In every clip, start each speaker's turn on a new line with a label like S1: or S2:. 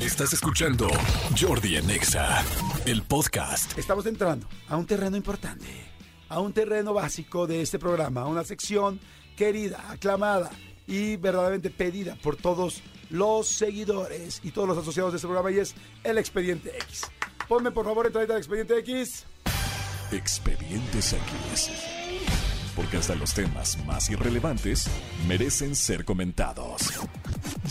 S1: Estás escuchando Jordi en EXA, el podcast.
S2: Estamos entrando a un terreno importante, a un terreno básico de este programa, a una sección querida, aclamada y verdaderamente pedida por todos los seguidores y todos los asociados de este programa y es el Expediente X. Ponme por favor entradita del Expediente X.
S1: Expedientes X. Porque hasta los temas más irrelevantes merecen ser comentados.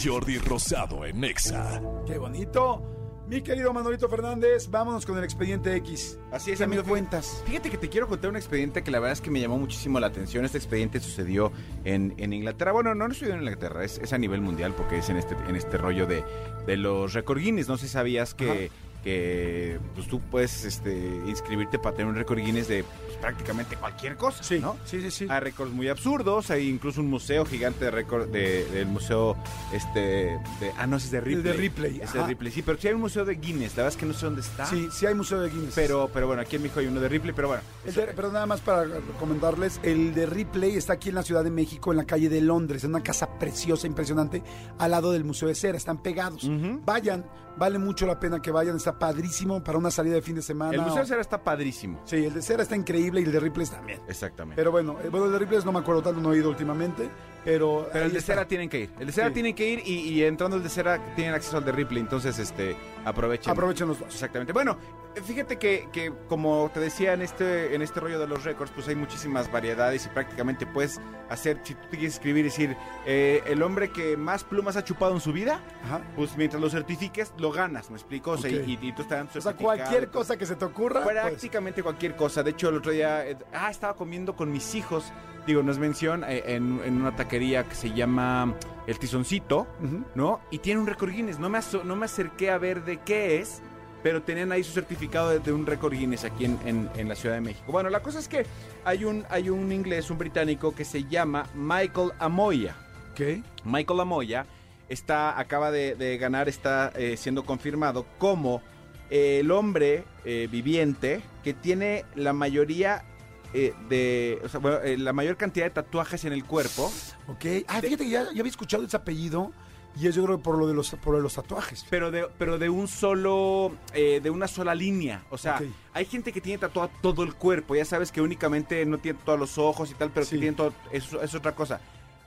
S1: Jordi Rosado en EXA.
S2: Qué bonito. Mi querido Manolito Fernández, vámonos con el Expediente X.
S3: Así es,
S2: ¿Qué me
S3: amigo, fí-
S2: cuentas?
S3: Fíjate que te quiero contar un expediente que la verdad es que me llamó muchísimo la atención. Este expediente sucedió en, en Inglaterra. Bueno, no, no sucedió en Inglaterra, es, es a nivel mundial porque es en este, en este rollo de, de los récord Guinness. No sé si sabías que, que, pues, tú puedes este, inscribirte para tener un récord Guinness de pues, prácticamente cualquier cosa,
S2: Sí,
S3: ¿no?
S2: sí, sí, sí.
S3: Hay récords muy absurdos, hay incluso un museo gigante de récord de- del museo este de ah no ese es de Ripley.
S2: El de Ripley,
S3: Ese Es
S2: ajá.
S3: de Ripley. Sí, pero sí hay un museo de Guinness, la verdad es que no sé dónde está.
S2: Sí, sí hay Museo de Guinness.
S3: Pero, pero bueno, aquí en México hay uno de Ripley, pero bueno.
S2: El de- perdón, nada más para comentarles, el de Ripley está aquí en la Ciudad de México, en la calle de Londres, en una casa preciosa, impresionante, al lado del Museo de Cera, están pegados.
S3: Ujú.
S2: Vayan, vale mucho la pena que vayan, está padrísimo para una salida de fin de semana.
S3: El Museo
S2: o-
S3: de Cera está padrísimo.
S2: Sí, el de Cera está increíble y el de Ripley también.
S3: Exactamente. Pero,
S2: Pero bueno, eh, bueno, el de Ripley no me acuerdo tanto, no he ido últimamente, pero... ahí
S3: el de
S2: está.
S3: Cera tienen que ir. El de Cera
S2: Sí.
S3: tienen que ir y, y entrando al de Cera tienen acceso al de Ripley, entonces este aprovechen.
S2: Aprovechen los dos.
S3: Exactamente. Bueno, fíjate que, que como te decía en este, en este rollo de los récords, pues hay muchísimas variedades y prácticamente puedes hacer, si tú te quieres escribir, decir, eh, el hombre que más plumas ha chupado en su vida,
S2: Ajá.
S3: pues mientras lo certifiques, lo ganas, ¿me explico? O sea,
S2: Ok.
S3: y, y- y tú estás dando
S2: O sea,
S3: certificado y
S2: cualquier
S3: todo.
S2: cosa que se te ocurra... pues,
S3: Prácticamente cualquier cosa. De hecho, el otro día, eh, ah, estaba comiendo con mis hijos. Digo, no es mención, eh, en, en una taquería que se llama El Tizoncito,
S2: ujú.
S3: ¿no? Y tiene un récord Guinness. No me, aso- no me acerqué a ver de qué es, pero tenían ahí su certificado de, de un récord Guinness aquí en, en- en la Ciudad de México. Bueno, la cosa es que hay un, hay un inglés, un británico que se llama Michael Amoya.
S2: ¿Qué?
S3: Michael Amoya está, acaba de, de ganar, está eh, siendo confirmado como eh, el hombre eh, viviente que tiene la mayoría eh, de, o sea, bueno, eh, la mayor cantidad de tatuajes en el cuerpo.
S2: Ok. Ah, fíjate que ya, ya había escuchado ese apellido y es yo creo que por lo de los, por lo de los tatuajes.
S3: Pero de, pero de un solo, eh, de una sola línea. O sea,
S2: Ok.
S3: hay gente que tiene tatuado todo el cuerpo. Ya sabes que únicamente no tiene todos los ojos y tal, pero
S2: Sí.
S3: que tiene todo, eso es otra cosa.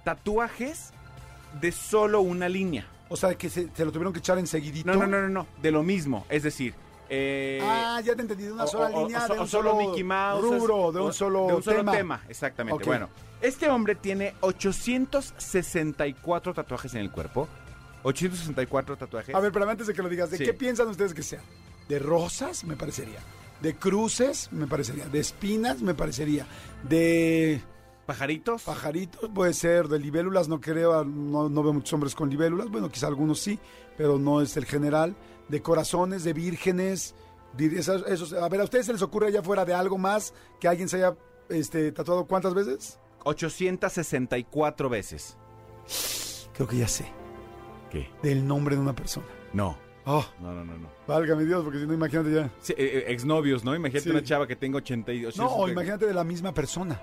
S3: Tatuajes de solo una línea.
S2: O sea, que se, se lo tuvieron que echar enseguidito.
S3: No, no, no, no, no, de lo mismo. Es decir, eh,
S2: Ah, ya te entendí, de una
S3: o-
S2: sola
S3: o- o-
S2: línea,
S3: o so-
S2: de
S3: o
S2: un
S3: solo,
S2: solo,
S3: Mickey Mouse.
S2: rubro, de
S3: o-
S2: un solo,
S3: de un solo
S2: tema.
S3: tema. Exactamente.
S2: Ok.
S3: Bueno, este hombre tiene 864 tatuajes en el cuerpo. 864 tatuajes.
S2: A ver, pero antes de que lo digas, ¿de
S3: Sí.
S2: qué piensan ustedes que sea? ¿De rosas? Me parecería. ¿De cruces? Me parecería. ¿De espinas? Me parecería. ¿De
S3: pajaritos.
S2: pajaritos? Puede ser. ¿De libélulas? No creo, ah, no, no veo muchos hombres con libélulas. Bueno, quizá algunos sí, pero no es el general. ¿De corazones? ¿De vírgenes? Dir- esas- esos- a ver, ¿a ustedes se les ocurre allá afuera de algo más que alguien se haya este, tatuado cuántas veces?
S3: 864 veces.
S2: Creo que ya sé.
S3: ¿Qué?
S2: Del nombre de una persona.
S3: No.
S2: Oh,
S3: No, no, no, no.
S2: válgame Dios, porque si no, imagínate ya.
S3: Sí, eh, eh, exnovios, ¿no? Imagínate
S2: Sí.
S3: una chava que tenga 88.
S2: No, o imagínate de la misma persona.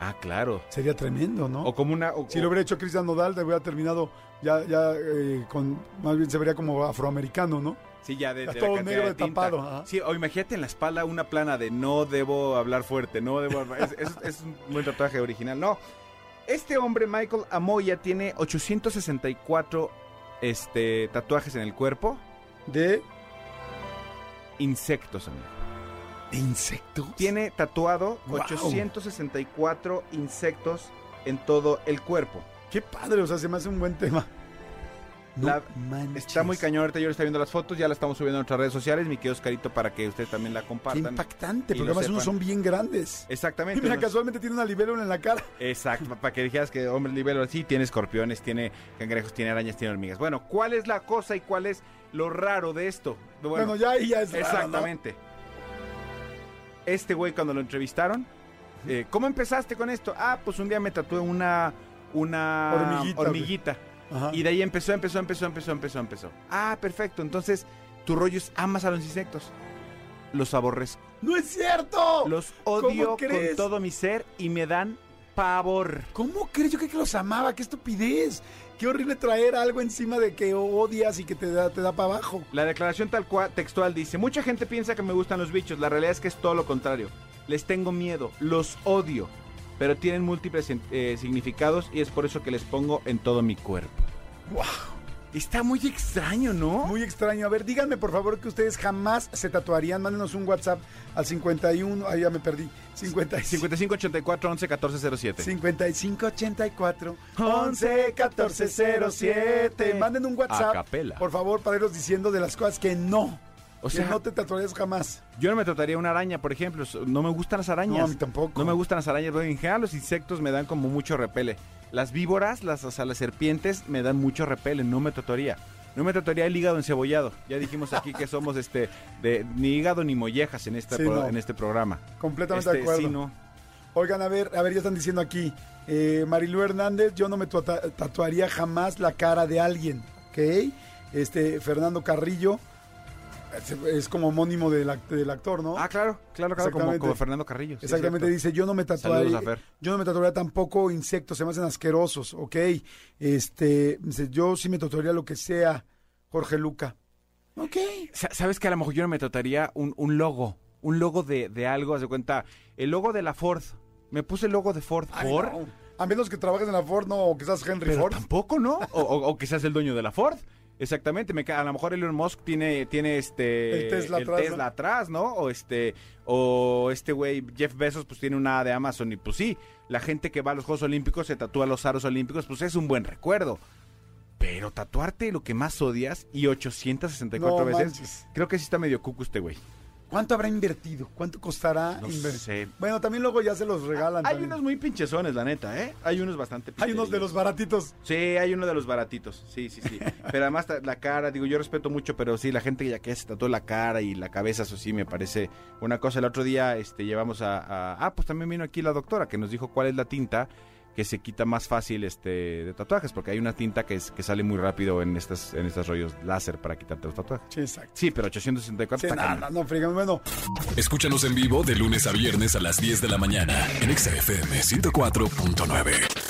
S3: Ah, claro.
S2: Sería tremendo, ¿no?
S3: O como una. o-
S2: Si lo hubiera hecho Cristian Nodal, te hubiera terminado ya, ya eh, con. Más bien se vería como afroamericano, ¿no?
S3: Sí, ya de,
S2: Ya
S3: de
S2: todo
S3: la cantidad
S2: negro
S3: de
S2: de
S3: tinta.
S2: tapado, ajá.
S3: Sí, o imagínate en la espalda una plana de no debo hablar fuerte, no debo hablar- es, es- es un buen tatuaje original. No, este hombre, Michael Amoya, tiene 864 este, tatuajes en el cuerpo.
S2: De.
S3: Insectos, amigo.
S2: ¿De insectos?
S3: Tiene tatuado
S2: Wow.
S3: 864 insectos en todo el cuerpo.
S2: Qué padre, o sea, se me hace un buen tema. No
S3: La-
S2: manches.
S3: Está muy cañón, ahorita yo le estoy viendo las fotos, ya la estamos subiendo a nuestras redes sociales, mi querido Oscarito, para que ustedes también la
S2: Qué
S3: compartan.
S2: impactante,
S3: Y
S2: porque
S3: lo
S2: además unos son
S3: sepan.
S2: bien grandes. Y
S3: Exactamente.
S2: mira,
S3: unos-
S2: casualmente tiene una libélula en la cara.
S3: Exacto, para que dijeras que hombre libelo así tiene escorpiones, tiene cangrejos, tiene arañas, tiene hormigas. Bueno, ¿cuál es la cosa y cuál es lo raro de esto?
S2: Bueno,
S3: Bueno,
S2: ya ahí ya es. raro, ¿no?
S3: exactamente. Este güey cuando lo entrevistaron, eh, ¿cómo empezaste con esto? Ah, pues un día me tatué una una
S2: Hormiguita, güey.
S3: hormiguita.
S2: Ajá.
S3: y de ahí empezó, empezó, empezó, empezó, empezó, empezó. Ah, perfecto. Entonces, tu rollo es amas a los insectos. Los aborrezco.
S2: ¡No es cierto!
S3: Los
S2: ¿Cómo
S3: odio con
S2: crees?
S3: todo mi ser y me dan pavor.
S2: ¿Cómo crees? Yo creo que los amaba, qué estupidez. Qué horrible traer algo encima de que odias y que te da, te da para abajo.
S3: La declaración tal cual textual dice, mucha gente piensa que me gustan los bichos, la realidad es que es todo lo contrario. Les tengo miedo, los odio, pero tienen múltiples eh, significados y es por eso que les pongo en todo mi cuerpo.
S2: ¡Wow!
S3: Está muy extraño, ¿no?
S2: Muy extraño. A ver, díganme por favor que ustedes jamás se tatuarían. Mándenos un WhatsApp al 51. Ahí ya me perdí. 55.
S3: 5584 11 14 07.
S2: 5584 11 14 07. Manden un WhatsApp.
S3: Acapela.
S2: Por favor, para irnos diciendo de las cosas que no.
S3: O
S2: O
S3: sea-
S2: sea, no te tatuarías jamás.
S3: Yo no me trataría una araña, por ejemplo. so- No me gustan las arañas.
S2: No, a mí tampoco.
S3: No me gustan las arañas. En general, los insectos me dan como mucho repele. Las víboras, las, o sea, las serpientes me dan mucho repele. No me trataría. No me trataría el hígado encebollado. Ya dijimos aquí que somos este de ni hígado ni mollejas en, esta
S2: Sí,
S3: pro-
S2: no.
S3: en este programa.
S2: Completamente de
S3: Este,
S2: acuerdo.
S3: sí, no.
S2: Oigan, a ver, a ver, ya están diciendo aquí. eh, Marilu Hernández, yo no me tuata- tatuaría jamás la cara de alguien, ¿ok? Este, Fernando Carrillo, es, es como homónimo del, act- del actor, ¿no?
S3: Ah, claro, claro, claro, como,
S2: Exactamente.
S3: como Fernando Carrillo. sí, es
S2: Exactamente,
S3: cierto.
S2: dice, yo no me
S3: Saludos a
S2: tatuaría,
S3: Fer.
S2: yo no me tatuaría tampoco insectos, se me hacen asquerosos, ¿ok? Este, dice, yo sí me tatuaría lo que sea, Jorge Luca. Ok.
S3: Sa- ¿Sabes que a lo mejor yo no me trataría un, un logo? Un logo de, de algo, haz de cuenta. El logo de la Ford. Me puse el logo de Ford.
S2: Ay,
S3: ¿Por?
S2: no. A menos que trabajes en la Ford, no, o que seas Henry
S3: Pero
S2: Ford.
S3: tampoco, ¿no? O, o- o que seas el dueño de la Ford. Exactamente, me, ca- a lo mejor Elon Musk tiene, tiene este
S2: El Tesla atrás,
S3: Tesla
S2: ¿no?
S3: atrás, ¿no? O este o este güey Jeff Bezos pues tiene una de Amazon y pues sí, la gente que va a los Juegos Olímpicos se tatúa los aros olímpicos, pues es un buen recuerdo. Pero tatuarte lo que más odias y 864
S2: No
S3: veces,
S2: manches.
S3: creo que sí está medio cuco este güey.
S2: ¿Cuánto habrá invertido? ¿Cuánto costará
S3: No
S2: invertir?
S3: sé.
S2: Bueno, también luego ya se los regalan.
S3: Hay
S2: también.
S3: unos muy pinchezones, la neta, ¿eh? Hay unos bastante
S2: Hay unos de
S3: pinterillos.
S2: los baratitos.
S3: Sí, hay uno de los baratitos. Sí, sí, sí. Pero además ta- la cara, digo, yo respeto mucho, pero sí, la gente ya que se tatuó la cara y la cabeza, eso sí me parece una cosa. El otro día este, llevamos a, a- Ah, pues también vino aquí la doctora que nos dijo cuál es la tinta que se quita más fácil este de tatuajes, porque hay una tinta que, es- que sale muy rápido en estas en estos rollos láser para quitarte los tatuajes.
S2: Sí, exacto.
S3: Sí, pero 864
S2: Sí,
S3: está
S2: nada,
S3: cañón.
S2: no fregan. Bueno,
S1: Escúchanos en vivo de lunes a viernes a las 10 de la mañana en Exa FM 104.9.